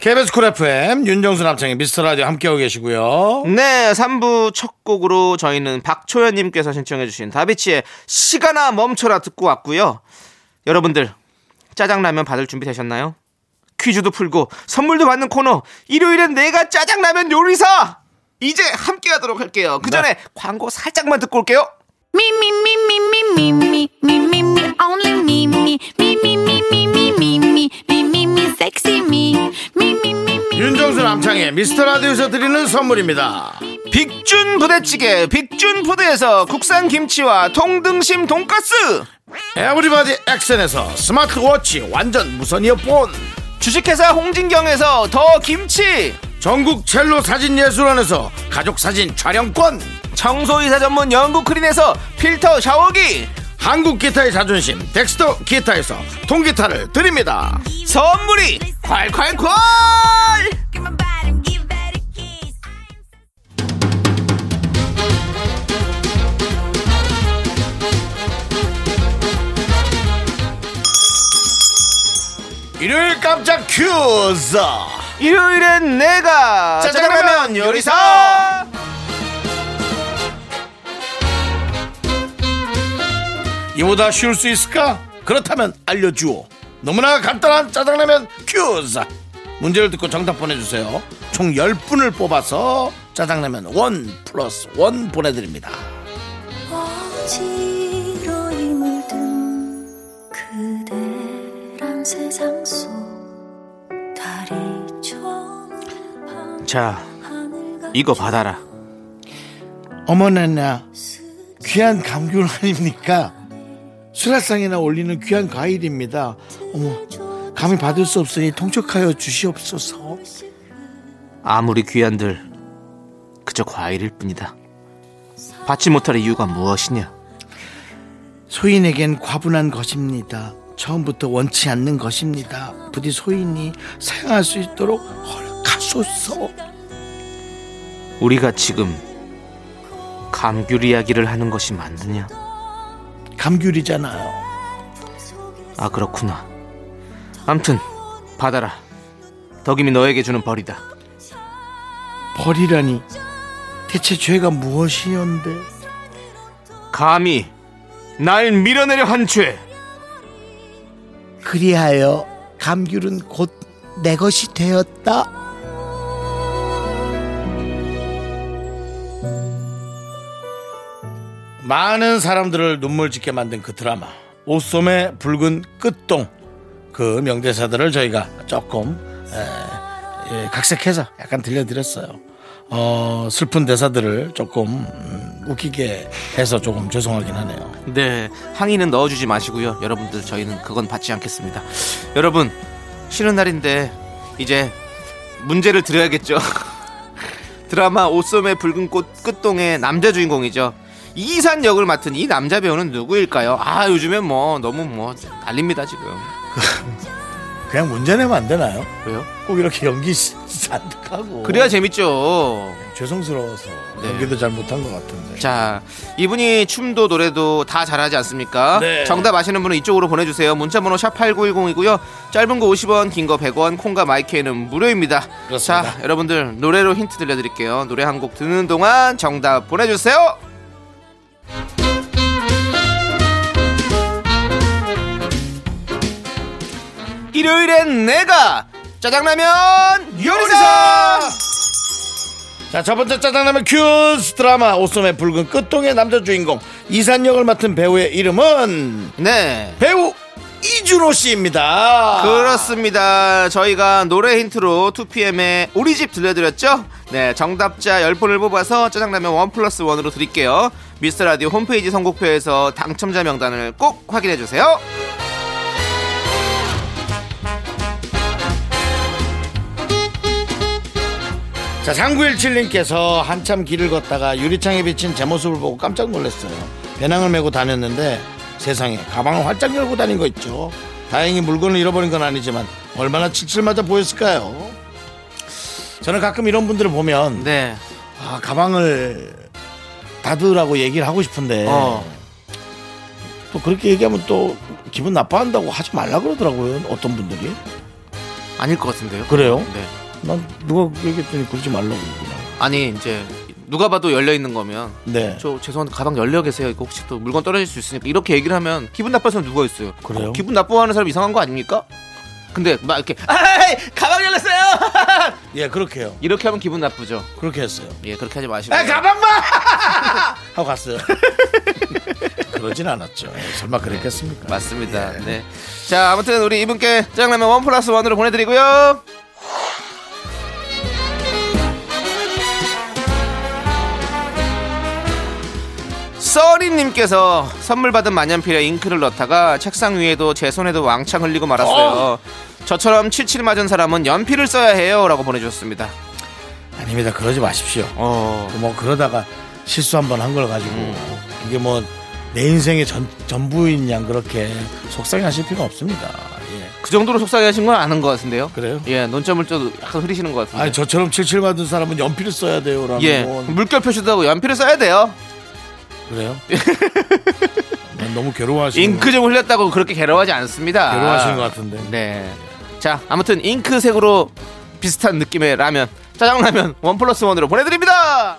Speaker 1: KBS 쿨 FM 윤정수 남창의 미스터 라디오 함께하고 계시고요.
Speaker 2: 네, 3부 첫 곡으로 저희는 박초연님께서 신청해주신 다비치의 시간아 멈춰라 듣고 왔고요. 여러분들, 짜장라면 받을 준비 되셨나요? 퀴즈도 풀고 선물도 받는 코너 일요일엔 내가 짜장라면 요리사 이제 함께 하도록 할게요 그 전에 광고 살짝만 듣고 올게요
Speaker 5: Me me me me me me me me me me only me me me me me me me me me me me me sexy me me me me me
Speaker 1: 윤정수 남창의 미스터 라디오에서 드리는 선물입니다.
Speaker 2: 빅준 부대찌개 빅준 푸드에서 국산 김치와 통등심 돈가스
Speaker 1: 에브리바디 액션에서 스마트워치 완전 무선 이어폰.
Speaker 2: 주식회사 홍진경에서 더 김치
Speaker 1: 전국 첼로 사진 예술원에서 가족 사진 촬영권.
Speaker 2: 청소이사 전문 영국 크린에서 필터 샤워기
Speaker 1: 한국 기타의 자존심 덱스터 기타에서 통기타를 드립니다
Speaker 2: 선물이 콸콸콸
Speaker 5: Give my body, give that a kiss.
Speaker 1: 일요일 깜짝 퀴즈
Speaker 2: 일요일엔 내가 짜장라면 요리사
Speaker 1: 이보다 쉬울 수 있을까? 그렇다면 알려주오 너무나 간단한 짜장라면 퀴즈 문제를 듣고 정답 보내주세요 총 10분을 뽑아서 짜장라면 원 플러스 원 보내드립니다
Speaker 3: 어지러이 물든 그대란 세상 속 달이 저는
Speaker 2: 자
Speaker 3: 하늘과
Speaker 2: 이거 받아라
Speaker 1: 어머나나 귀한 감귤 아닙니까? 수라상에나 올리는 귀한 과일입니다 어머 감히 받을 수 없으니 통촉하여 주시옵소서
Speaker 2: 아무리 귀한들 그저 과일일 뿐이다 받지 못할 이유가 무엇이냐?
Speaker 1: 소인에겐 과분한 것입니다. 처음부터 원치 않는 것입니다. 부디 소인이 사용할 수 있도록 허락하소서.
Speaker 2: 우리가 지금 감귤 이야기를 하는 것이 맞느냐?
Speaker 1: 감귤이잖아요.
Speaker 2: 아 그렇구나. 암튼 받아라. 덕임이 너에게 주는 벌이다.
Speaker 1: 벌이라니. 대체 죄가 무엇이었는데?
Speaker 2: 감히 날 밀어내려 한 죄.
Speaker 1: 그리하여 감귤은 곧 내 것이 되었다. 많은 사람들을 눈물 짓게 만든 그 드라마 옷솜의 붉은 끝동 그 명대사들을 저희가 조금 에, 예, 각색해서 약간 들려드렸어요. 어, 슬픈 대사들을 조금 음, 웃기게 해서 조금 죄송하긴 하네요.
Speaker 2: 네 항의는 넣어주지 마시고요. 여러분들 저희는 그건 받지 않겠습니다. 여러분 쉬는 날인데 이제 문제를 드려야겠죠. 드라마 옷소매 붉은 꽃 끝동의 남자 주인공이죠. 이산 역을 맡은 이 남자 배우는 누구일까요? 아 요즘엔 뭐 너무 뭐 난립니다 지금.
Speaker 1: 그냥 문제 내면 안 되나요?
Speaker 2: 왜요?
Speaker 1: 꼭 이렇게 연기 산득하고
Speaker 2: 그래야 재밌죠.
Speaker 1: 죄송스러워서
Speaker 2: 네.
Speaker 1: 연기도 잘 못한 것 같은데
Speaker 2: 자, 이분이 춤도 노래도 다 잘하지 않습니까?
Speaker 1: 네.
Speaker 2: 정답 아시는 분은 이쪽으로 보내주세요. 문자번호 샵 8910이고요. 짧은 거 50원, 긴 거 100원, 콩과 마이크에는 무료입니다.
Speaker 1: 그렇습니다.
Speaker 2: 자, 여러분들 노래로 힌트 들려드릴게요. 노래 한 곡 듣는 동안 정답 보내주세요. 일요일엔 내가 짜장라면 요리사!
Speaker 1: 자 첫 번째 짜장라면 큐스 드라마 오솜의 붉은 끝동의 남자 주인공 이산역을 맡은 배우의 이름은
Speaker 2: 네.
Speaker 1: 배우 이준호 씨입니다
Speaker 2: 그렇습니다. 저희가 노래 힌트로 2PM의 우리 집 들려드렸죠? 네, 정답자 10분을 뽑아서 짜장라면 1 플러스 1으로 드릴게요. 미스터 라디오 홈페이지 선곡표에서 당첨자 명단을 꼭 확인해주세요.
Speaker 1: 자 장구일칠님께서 한참 길을 걷다가 유리창에 비친 제 모습을 보고 깜짝 놀랐어요 배낭을 메고 다녔는데 세상에 가방을 활짝 열고 다닌 거 있죠 다행히 물건을 잃어버린 건 아니지만 얼마나 칠칠맞아 보였을까요 저는 가끔 이런 분들을 보면
Speaker 2: 네.
Speaker 1: 아 가방을 닫으라고 얘기를 하고 싶은데
Speaker 2: 어.
Speaker 1: 또 그렇게 얘기하면 또 기분 나빠한다고 하지 말라 그러더라고요 어떤 분들이
Speaker 2: 아닐 것 같은데요?
Speaker 1: 그래요?
Speaker 2: 네.
Speaker 1: 난 누가 얘기했더니 그러지 말라고 그냥.
Speaker 2: 아니, 이제 누가 봐도 열려있는 거면.
Speaker 1: 네
Speaker 2: 저 죄송한데 가방 열려 계세요. 이거 혹시 또 물건 떨어질 수 있으니까 이렇게 얘기를 하면 기분 나빠서는 누가 있어요?
Speaker 1: 그래요?
Speaker 2: 어, 기분 나빠하는 사람 이상한 거 아닙니까? 근데 막 이렇게 아이 가방 열렸어요.
Speaker 1: 예 그렇게요
Speaker 2: 이렇게 하면 기분 나쁘죠.
Speaker 1: 그렇게 했어요
Speaker 2: 예, 그렇게 하지 마시고.
Speaker 1: 에 아, 가방만 하고 갔어요 그러진 않았죠 예, 설마 그랬겠습니까
Speaker 2: 맞습니다.
Speaker 1: 예.
Speaker 2: 네. 자, 아무튼 우리 이분께 짜장라면 원 플러스 원으로 보내드리고요. 써리님께서 선물 받은 만년필에 잉크를 넣다가 책상 위에도 제 손에도 왕창 흘리고 말았어요. 저처럼 칠칠 맞은 사람은 연필을 써야 해요라고 보내주셨습니다.
Speaker 1: 아닙니다 그러지 마십시오
Speaker 2: 어,
Speaker 1: 뭐 그러다가 실수 한 번 한 걸 가지고 이게 뭐 내 인생의 전, 전부인 양 그렇게 속상해하실 필요 없습니다. 예.
Speaker 2: 그 정도로 속상해하신 건 아는 것 같은데요.
Speaker 1: 그래요?
Speaker 2: 예, 논점을 좀 약간 흐리시는 것 같은데.
Speaker 1: 아니 저처럼 뭐. 칠칠 받은 사람은 연필을 써야 돼요라는
Speaker 2: 예,
Speaker 1: 건
Speaker 2: 물결 표시도 하고 연필을 써야 돼요.
Speaker 1: 그래요? 난 너무 괴로워하시는
Speaker 2: 잉크 좀 흘렸다고 그렇게 괴로워하지 않습니다.
Speaker 1: 거- 괴로워하시는 것 같은데.
Speaker 2: 네. 자, 아무튼 잉크색으로 비슷한 느낌의 라면, 짜장라면 원 플러스 원으로 보내드립니다.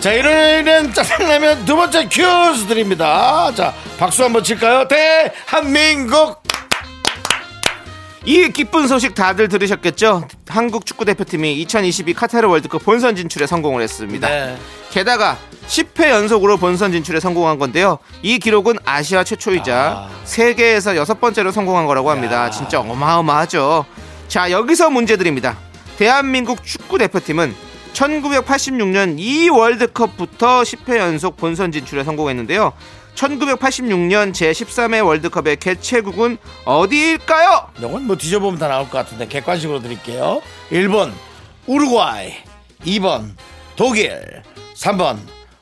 Speaker 1: 자 일요일은 짜장라면 두 번째 큐스 드립니다. 자 박수 한번 칠까요? 대한민국
Speaker 2: 이 기쁜 소식 다들 들으셨겠죠? 한국 축구 대표팀이 2022 카타르 월드컵 본선 진출에 성공을 했습니다.
Speaker 1: 네.
Speaker 2: 게다가 10회 연속으로 본선 진출에 성공한 건데요. 이 기록은 아시아 최초이자 세계에서 여섯 번째로 성공한 거라고 합니다. 진짜 어마어마하죠. 자, 여기서 문제 드립니다. 대한민국 축구 대표팀은 1986년 이 월드컵부터 10회 연속 본선 진출에 성공했는데요. 1986년 제13회 월드컵의 개최국은 어디일까요?
Speaker 1: 이건 뭐 뒤져보면 다 나올 것 같은데 객관식으로 드릴게요. 1번 우루과이, 2번 독일, 3번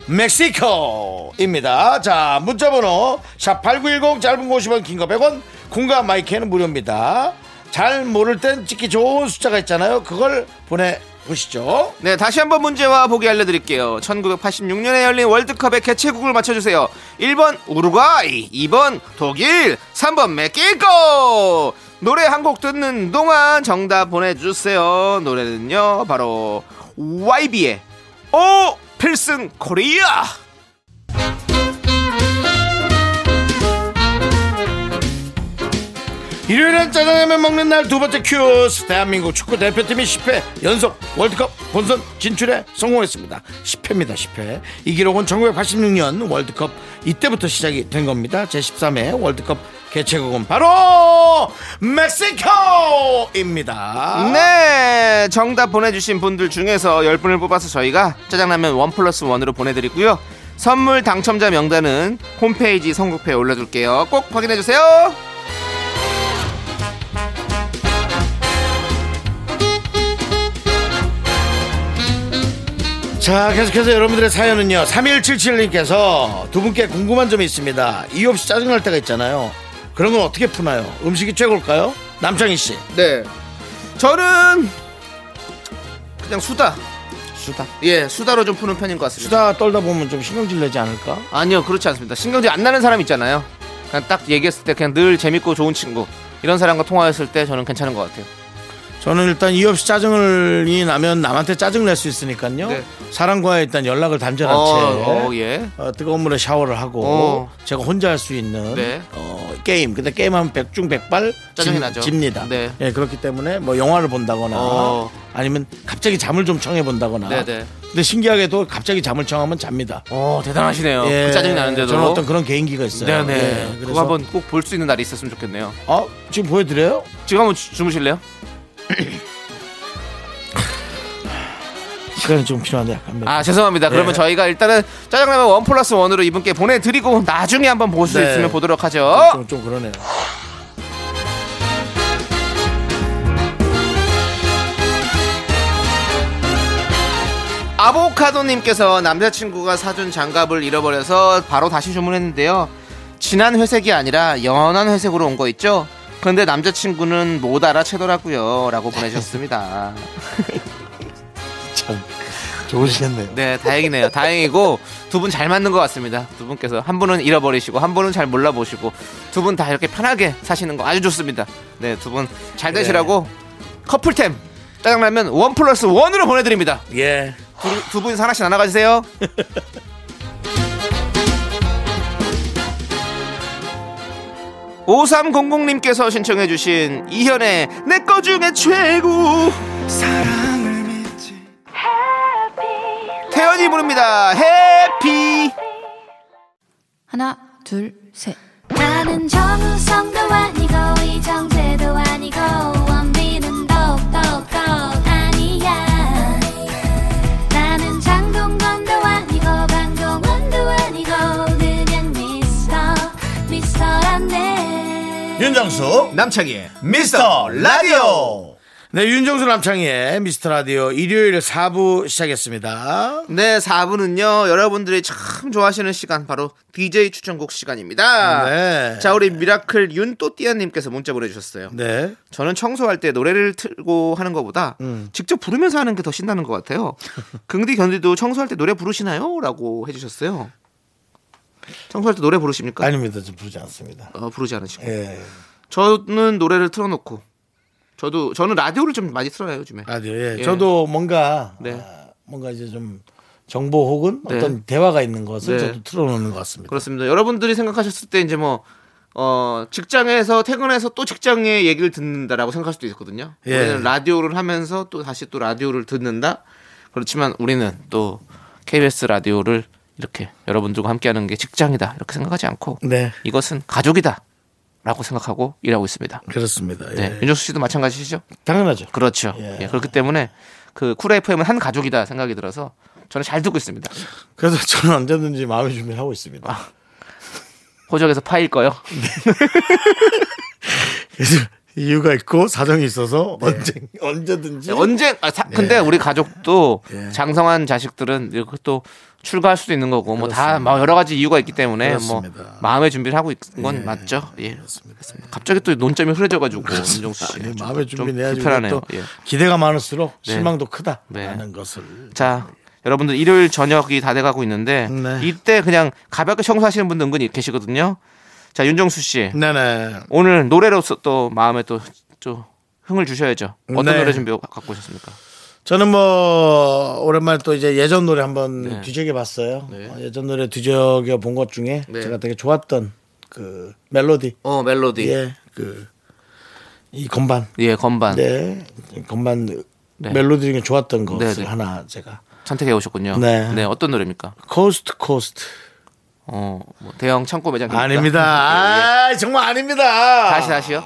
Speaker 1: 멕시코입니다. 자, 문자 번호 샵 8910 짧은 50원 긴 거 100원 공과 마이크는 무료입니다. 잘 모를 땐 찍기 좋은 숫자가 있잖아요. 그걸 보내 보시죠.
Speaker 2: 네, 다시 한번 문제와 보기 알려드릴게요. 1986년에 열린 월드컵의 개최국을 맞춰주세요. 1번 우루과이, 2번 독일, 3번 멕시코. 노래 한 곡 듣는 동안 정답 보내주세요. 노래는요, 바로 YB의 오 필승 코리아.
Speaker 1: 일요일엔 짜장라면 먹는 날 두 번째 큐스 대한민국 축구 대표팀이 10회 연속 월드컵 본선 진출에 성공했습니다 10회입니다 10회 이 기록은 1986년 월드컵 이때부터 시작이 된 겁니다 제13회 월드컵 개최국은 바로 멕시코입니다
Speaker 2: 네, 정답 보내주신 분들 중에서 10분을 뽑아서 저희가 짜장라면 원 플러스 원으로 보내드리고요. 선물 당첨자 명단은 홈페이지 선곡표에 올려둘게요. 꼭 확인해주세요.
Speaker 1: 자 계속해서 여러분들의 사연은요 3177님께서 두 분께 궁금한 점이 있습니다 이유 없이 짜증날 때가 있잖아요 그런 건 어떻게 푸나요 음식이 최고일까요 남창희씨
Speaker 2: 네. 저는 그냥 수다. 수다. 예, 수다로 좀 푸는 편인 것 같습니다.
Speaker 1: 수다 떨다 보면 좀 신경질 내지 않을까
Speaker 2: 아니요, 그렇지 않습니다. 신경질 안 나는 사람 있잖아요. 그냥 딱 얘기했을 때 그냥 늘 재밌고 좋은 친구. 이런 사람과 통화했을 때 저는 괜찮은 것 같아요.
Speaker 1: 저는 일단 이유 없이 짜증을 이 나면 남한테 짜증 낼 수 있으니까요.
Speaker 2: 네.
Speaker 1: 사람과의 일단 연락을 단절한 채
Speaker 2: 어, 어, 예.
Speaker 1: 어, 뜨거운 물에 샤워를 하고
Speaker 2: 어.
Speaker 1: 제가 혼자 할 수 있는
Speaker 2: 네.
Speaker 1: 어, 게임. 근데 게임하면 백중백발
Speaker 2: 짜증이
Speaker 1: 집-
Speaker 2: 나죠.
Speaker 1: 집니다.
Speaker 2: 네.
Speaker 1: 예, 그렇기 때문에 뭐 영화를 본다거나
Speaker 2: 어.
Speaker 1: 아니면 갑자기 잠을 좀 청해 본다거나.
Speaker 2: 네, 네.
Speaker 1: 근데 신기하게도 갑자기 잠을 청하면 잡니다.
Speaker 2: 어, 대단하시네요.
Speaker 1: 예,
Speaker 2: 그 짜증이 나는데도.
Speaker 1: 저는 어떤 그런 개인기가 있어요.
Speaker 2: 네네.
Speaker 1: 예,
Speaker 2: 그거
Speaker 1: 그래서
Speaker 2: 한번 꼭 볼 수 있는 날이 있었으면 좋겠네요.
Speaker 1: 어, 지금 보여드려요?
Speaker 2: 지금 한번 주, 무실래요
Speaker 1: 시간이 좀 필요한데 약간 몇-
Speaker 2: 아 죄송합니다. 그러면 저희가 일단은 짜장라면 원 플러스 원으로 이분께 보내드리고 나중에 한번 볼 수
Speaker 1: 네. 그렇죠.
Speaker 2: 있으면 보도록 하죠.
Speaker 1: 좀, 좀 그러네요.
Speaker 2: 아보카도님께서 남자친구가 사준 장갑을 잃어버려서 바로 다시 주문했는데요. 진한 회색이 아니라 연한 회색으로 온 거 있죠? 근데 남자친구는 못 알아채더라고요. 라고 보내셨습니다.
Speaker 1: 참 좋으시겠네요.
Speaker 2: 네, 다행이네요. 다행이고 두 분 잘 맞는 것 같습니다. 두 분께서 한 분은 잃어버리시고 한 분은 잘 몰라보시고 두 분 다 이렇게 편하게 사시는 거 아주 좋습니다. 네, 두 분 잘 되시라고
Speaker 1: 네.
Speaker 2: 커플템 짜장라면 원 플러스 원으로 보내드립니다.
Speaker 1: 예.
Speaker 2: 두, 두 분이서 하나씩 나눠가주세요. (5300님께서) 신청해주신 이현의 내 거 중에 최고
Speaker 4: 사랑을 믿지
Speaker 2: 태연이 부릅니다 해피
Speaker 5: 하나, 둘, 셋.
Speaker 3: 나는 정우성도 아니고 이정재도 아니고 원빈은 더욱더 아니야 나는 장동건도 아니고 강동원도 아니고 그냥 미스터 미스터란데
Speaker 1: 윤정수
Speaker 2: 남창희의
Speaker 1: 미스터 라디오. 네, 윤정수 남창희의 미스터 라디오 일요일 4부 시작했습니다.
Speaker 2: 네, 4부는요, 여러분들이 참 좋아하시는 시간, 바로 DJ 추천곡 시간입니다.
Speaker 1: 네.
Speaker 2: 자, 우리 미라클 윤또띠아님께서 문자 보내주셨어요.
Speaker 1: 네.
Speaker 2: 저는 청소할 때 노래를 틀고 하는 것보다 직접 부르면서 하는 게 더 신나는 것 같아요. 긍디 견디도 청소할 때 노래 부르시나요? 라고 해주셨어요. 청소할 때 노래 부르십니까?
Speaker 1: 그 아닙니다. 저 부르지 않습니다.
Speaker 2: 어, 부르지 않으시고.
Speaker 1: 예.
Speaker 2: 저는 노래를 틀어놓고, 저도, 저는 라디오를 좀 많이 틀어요, 요즘에.
Speaker 1: 라디오. 예.
Speaker 2: 예.
Speaker 1: 저도 뭔가
Speaker 2: 네.
Speaker 1: 아, 뭔가 이제 좀 정보 혹은
Speaker 2: 네.
Speaker 1: 어떤 대화가 있는 것을
Speaker 2: 네.
Speaker 1: 저도 틀어놓는 것 같습니다.
Speaker 2: 그렇습니다. 여러분들이 생각하셨을 때 이제 뭐 어, 직장에서 퇴근해서 또 직장의 얘기를 듣는다라고 생각할 수도 있거든요.
Speaker 1: 예.
Speaker 2: 우리는 라디오를 하면서 또 다시 또 라디오를 듣는다. 그렇지만 우리는 또 KBS 라디오를 이렇게 여러분들과 함께하는 게 직장이다 이렇게 생각하지 않고
Speaker 1: 네.
Speaker 2: 이것은 가족이다라고 생각하고 일하고 있습니다.
Speaker 1: 그렇습니다. 예.
Speaker 2: 네, 윤정수 씨도 마찬가지시죠?
Speaker 1: 당연하죠.
Speaker 2: 그렇죠.
Speaker 1: 예.
Speaker 2: 예, 그렇기 때문에 그쿨 FM은 한 가족이다 생각이 들어서 저는 잘 듣고 있습니다.
Speaker 1: 아. 그래서 저는 언제든지 마음의 준비를 하고 있습니다.
Speaker 2: 호적에서 파일 거요.
Speaker 1: 그래서 이유가 있고 사정이 있어서 언젠, 언제든지
Speaker 2: 언제 아, 사-
Speaker 1: 예.
Speaker 2: 근데 우리 가족도 장성한 자식들은 이렇게 또 출가할 수도 있는 거고 뭐 다 여러 가지 이유가 있기 때문에
Speaker 1: 그렇습니다.
Speaker 2: 뭐 마음의 준비를 하고 있는 건 맞죠. 예. 그렇습니다. 갑자기 또 논점이 흐려져가지고 윤정수 씨
Speaker 1: 아니, 네, 마음의
Speaker 2: 좀
Speaker 1: 준비해야지 뭐
Speaker 2: 불편하네요.
Speaker 1: 또
Speaker 2: 예.
Speaker 1: 기대가 많을수록
Speaker 2: 네.
Speaker 1: 실망도 크다라는
Speaker 2: 네.
Speaker 1: 것을
Speaker 2: 자 여러분들 일요일 저녁이 다 돼가고 있는데
Speaker 1: 네.
Speaker 2: 이때 그냥 가볍게 청소하시는 분들 은근히 계시거든요. 자 윤정수 씨
Speaker 1: 네네
Speaker 2: 오늘 노래로서 또 마음에 또 좀 흥을 주셔야죠. 어떤
Speaker 1: 네.
Speaker 2: 노래 준비 갖고 오셨습니까?
Speaker 1: 저는 뭐 오랜만에 또 이제 예전 노래 한번 뒤적여 봤어요.
Speaker 2: 네.
Speaker 1: 어, 예전 노래 뒤적여 본 것 중에
Speaker 2: 네.
Speaker 1: 제가 되게 좋았던 그 멜로디,
Speaker 2: 어 멜로디 예,
Speaker 1: 예, 그 이 건반,
Speaker 2: 건반
Speaker 1: 네, 건반
Speaker 2: 네.
Speaker 1: 멜로디 중에 좋았던 것을
Speaker 2: 네, 네.
Speaker 1: 하나 제가
Speaker 2: 선택해 오셨군요.
Speaker 1: 네.
Speaker 2: 어떤 노래입니까?
Speaker 1: 코스트 코스트
Speaker 2: 어, 뭐 대형 창고 매장.
Speaker 1: 아닙니다.
Speaker 2: 예, 예.
Speaker 1: 아, 정말 아닙니다.
Speaker 2: 다시 다시요.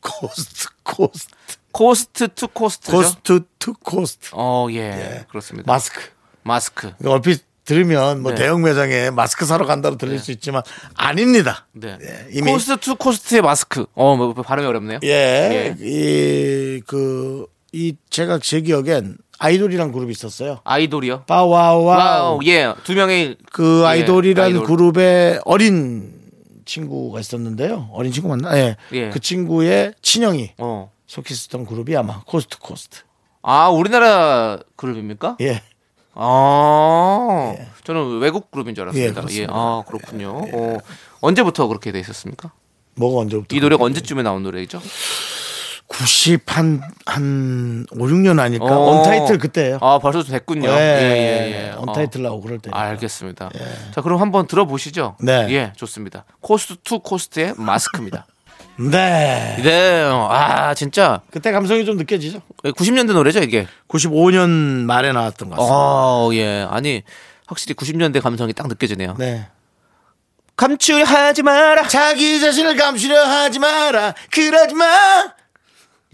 Speaker 1: 코스트 코스트
Speaker 2: 코스트 투 코스트죠.
Speaker 1: 코스트 투 코스트
Speaker 2: 어, 예. 그렇습니다.
Speaker 1: 마스크.
Speaker 2: 마스... 크
Speaker 1: 이거 얼핏 들으면 뭐
Speaker 2: 네.
Speaker 1: 대형 매장에 마스크 사러 간다로 들릴 수 있지만 아닙니다.
Speaker 2: 네.
Speaker 1: 예, 이미
Speaker 2: 코스트 투 코스트의 마스크. 어, 뭐 발음이 어렵네요.
Speaker 1: 예, 이 그 이 제가 제 기억엔 아이돌이란 그룹이 있었어요.
Speaker 2: 아이돌이요.
Speaker 1: 빠와와우
Speaker 2: 와우. 예. 두 명의
Speaker 1: 그
Speaker 2: 예,
Speaker 1: 아이돌이란
Speaker 2: 아이돌.
Speaker 1: 그룹의 어린 친구가 있었는데요. 어린 친구 맞나? 예.
Speaker 2: 예.
Speaker 1: 그 친구의 친형이
Speaker 2: 어.
Speaker 1: 속히 있었던 그룹이 아마 코스트 코스트.
Speaker 2: 아, 우리나라 그룹입니까?
Speaker 1: 예.
Speaker 2: 아. 저는 외국 그룹인 줄
Speaker 1: 예,
Speaker 2: 알았습니다. 예.
Speaker 1: 그렇습니다.
Speaker 2: 아, 그렇군요. 어. 언제부터 그렇게 돼 있었습니까?
Speaker 1: 뭐가 언제부터?
Speaker 2: 이 노래가 언제쯤에 나온 노래이죠?
Speaker 1: 90한 한 5, 6년 아닐까?
Speaker 2: 어.
Speaker 1: 그러니까 언타이틀 그때예요.
Speaker 2: 아, 벌써 좀 됐군요.
Speaker 1: 예,
Speaker 2: 예, 예, 예.
Speaker 1: 언타이틀 나오고 그럴 때.
Speaker 2: 어, 알겠습니다. 자, 그럼 한번 들어보시죠.
Speaker 1: 네.
Speaker 2: 예, 좋습니다. 코스트 투 코스트의 마스크입니다.
Speaker 1: 네.
Speaker 2: 네. 아, 진짜
Speaker 1: 그때 감성이 좀 느껴지죠?
Speaker 2: 90년대 노래죠, 이게.
Speaker 1: 95년 말에 나왔던 것 같습니다.
Speaker 2: 어, 예. 아니, 확실히 90년대 감성이 딱 느껴지네요.
Speaker 1: 네.
Speaker 2: 감추하지 마라.
Speaker 1: 자기 자신을 감추려 하지 마라. 그러지 마.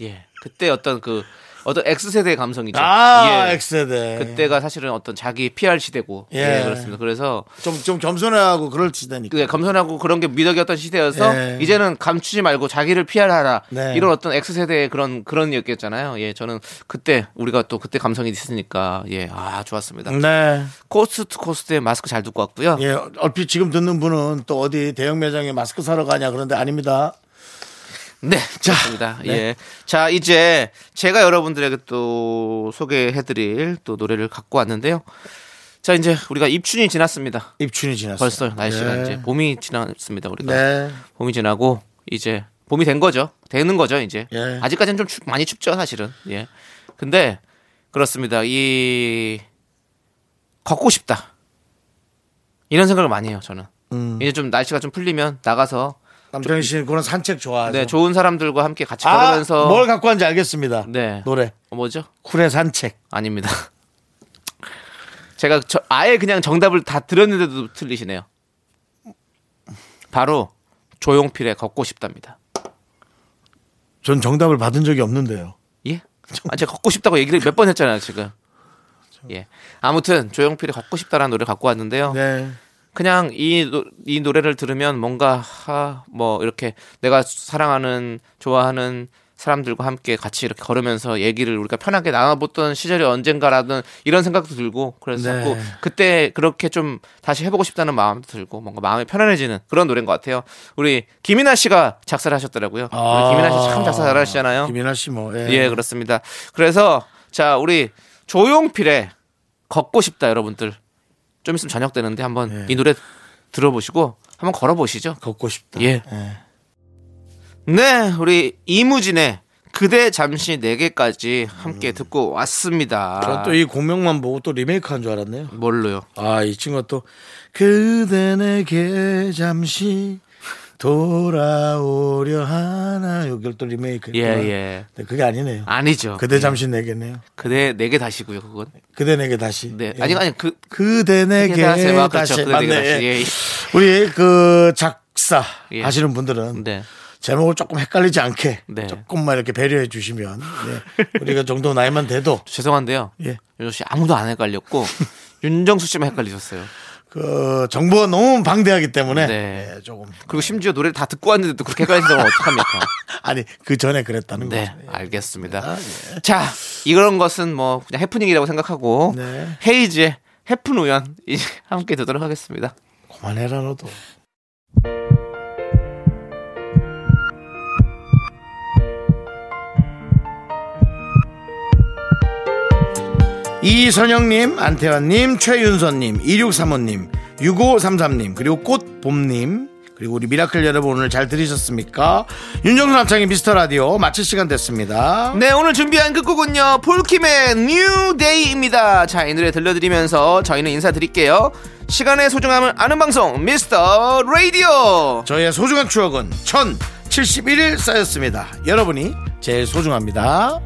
Speaker 2: 예. 그때 어떤 그 어떤 X세대의 감성이죠.
Speaker 1: 아,
Speaker 2: 예.
Speaker 1: 엑세대.
Speaker 2: 그때가 사실은 어떤 자기 PR 시대고.
Speaker 1: 예.
Speaker 2: 예, 그렇습니다. 그래서
Speaker 1: 좀, 좀 겸손하고 그럴 시대니까.
Speaker 2: 그 검선하고 그런 게 미덕이었던 시대여서
Speaker 1: 예.
Speaker 2: 이제는 감추지 말고 자기를 피하라
Speaker 1: 네.
Speaker 2: 이런 어떤 X 세대의 그런 그런 얘기였잖아요. 예, 저는 그때 우리가 또 그때 감성이 있으니까 예, 아 좋았습니다.
Speaker 1: 네.
Speaker 2: 코스트 코스트의 마스크 잘 듣고 왔고요.
Speaker 1: 예, 얼핏 지금 듣는 분은 또 어디 대형 매장에 마스크 사러 가냐 그런데 아닙니다.
Speaker 2: 네, 좋습니다. 예, 자 이제 제가 여러분들에게 또 소개해드릴 또 노래를 갖고 왔는데요. 자 이제 우리가 입춘이 지났습니다.
Speaker 1: 입춘이 지났어요.
Speaker 2: 벌써 날씨가
Speaker 1: 네.
Speaker 2: 이제 봄이 지났습니다. 우리가
Speaker 1: 네.
Speaker 2: 봄이 지나고 이제 봄이 된 거죠. 되는 거죠, 이제.
Speaker 1: 예.
Speaker 2: 아직까지는 좀 추- 많이 춥죠, 사실은. 예. 근데 그렇습니다. 이 걷고 싶다. 이런 생각을 많이 해요, 저는.
Speaker 1: 음.
Speaker 2: 이제 좀 날씨가 좀 풀리면 나가서
Speaker 1: 남창희 씨는 그런 산책 좋아하죠.
Speaker 2: 네, 좋은 사람들과 함께 같이
Speaker 1: 아,
Speaker 2: 걸으면서
Speaker 1: 뭘 갖고 왔는지 알겠습니다.
Speaker 2: 네.
Speaker 1: 노래.
Speaker 2: 어, 뭐죠?
Speaker 1: 쿨의 산책.
Speaker 2: 아닙니다. 제가 저- 아예 그냥 정답을 다 들었는데도 틀리시네요. 바로 조용필의 걷고 싶답니다.
Speaker 1: 전 정답을 받은 적이 없는데요.
Speaker 2: 예? 아, 제가 걷고 싶다고 얘기를 몇 번 했잖아요, 지금. 예. 아무튼 조용필이 걷고 싶다라는 노래 갖고 왔는데요.
Speaker 1: 네.
Speaker 2: 그냥 이, 노- 이 노래를 들으면 뭔가 하, 뭐 이렇게 내가 사랑하는 좋아하는 사람들과 함께 같이 이렇게 걸으면서 얘기를 우리가 편하게 나눠보던 시절이 언젠가라든 이런 생각도 들고 그래서
Speaker 1: 네.
Speaker 2: 자꾸 그때 그렇게 좀 다시 해보고 싶다는 마음도 들고 뭔가 마음이 편안해지는 그런 노래인 것 같아요. 우리 김이나 씨가 작사를 하셨더라고요.
Speaker 1: 아.
Speaker 2: 우리 김이나 씨 참 작사 잘하시잖아요.
Speaker 1: 김인하 씨 뭐. 예.
Speaker 2: 네. 예, 그렇습니다. 그래서 자, 우리 조용필의 걷고 싶다 여러분들. 좀 있으면 저녁 되는데 한번
Speaker 1: 예.
Speaker 2: 이 노래 들어보시고 한번 걸어 보시죠.
Speaker 1: 걷고 싶다.
Speaker 2: 예. 네, 우리 이무진의 그대 잠시 내게까지 함께
Speaker 1: 음.
Speaker 2: 듣고 왔습니다.
Speaker 1: 전또이 공명만 보고 또 리메이크 한 줄 알았네요.
Speaker 2: 뭘로요?
Speaker 1: 아, 이 친구가 또 그대 내게 잠시 돌아오려 하나 여기를 또 리메이크.
Speaker 2: 예,
Speaker 1: 했구나.
Speaker 2: 예.
Speaker 1: 네, 그게 아니네요.
Speaker 2: 아니죠. 예.
Speaker 1: 그대 잠시 내게네요.
Speaker 2: 그대 내게 다시고요, 그건.
Speaker 1: 그대 내게 다시.
Speaker 2: 네.
Speaker 1: 예.
Speaker 2: 아니 아니 그
Speaker 1: 그대 내게
Speaker 2: 그대 다시,
Speaker 1: 다시.
Speaker 2: 와, 그렇죠. 그대
Speaker 1: 맞네.
Speaker 2: 내게 다시.
Speaker 1: 예.
Speaker 2: 예, 예.
Speaker 1: 우리 그 작사
Speaker 2: 예.
Speaker 1: 하시는 분들은
Speaker 2: 네.
Speaker 1: 제목을 조금 헷갈리지 않게
Speaker 2: 네.
Speaker 1: 조금만 이렇게 배려해 주시면 예. 우리가 정도 나이만 돼도
Speaker 2: 죄송한데요.
Speaker 1: 예.
Speaker 2: 윤정 씨 아무도 안 헷갈렸고 윤정수 씨만 헷갈리셨어요.
Speaker 1: 그 정보가 너무 방대하기 때문에
Speaker 2: 네.
Speaker 1: 예, 조금
Speaker 2: 그리고 심지어 노래를 다 듣고 왔는데도 그렇게 헷갈리면 어떡합니까?
Speaker 1: 아니 그 전에 그랬다는
Speaker 2: 네,
Speaker 1: 거죠.
Speaker 2: 알겠습니다. 자, 이런 것은 뭐 그냥 해프닝이라고 생각하고
Speaker 1: 네.
Speaker 2: 헤이즈의 해픈 우연 이제 함께 듣도록 하겠습니다.
Speaker 1: 그만해라 너도. 이선영님, 안태환님, 최윤선님, 2635님, 6533님, 그리고 꽃봄님, 그리고 우리 미라클 여러분 오늘 잘 들으셨습니까? 윤정수 남창의 미스터 라디오 마칠 시간 됐습니다.
Speaker 2: 네, 오늘 준비한 끝곡은요. 폴킴의 뉴 데이입니다. 자, 이 노래 들려드리면서 저희는 인사드릴게요. 시간의 소중함을 아는 방송 미스터 라디오.
Speaker 1: 저희의 소중한 추억은 1071일 쌓였습니다. 여러분이 제일 소중합니다.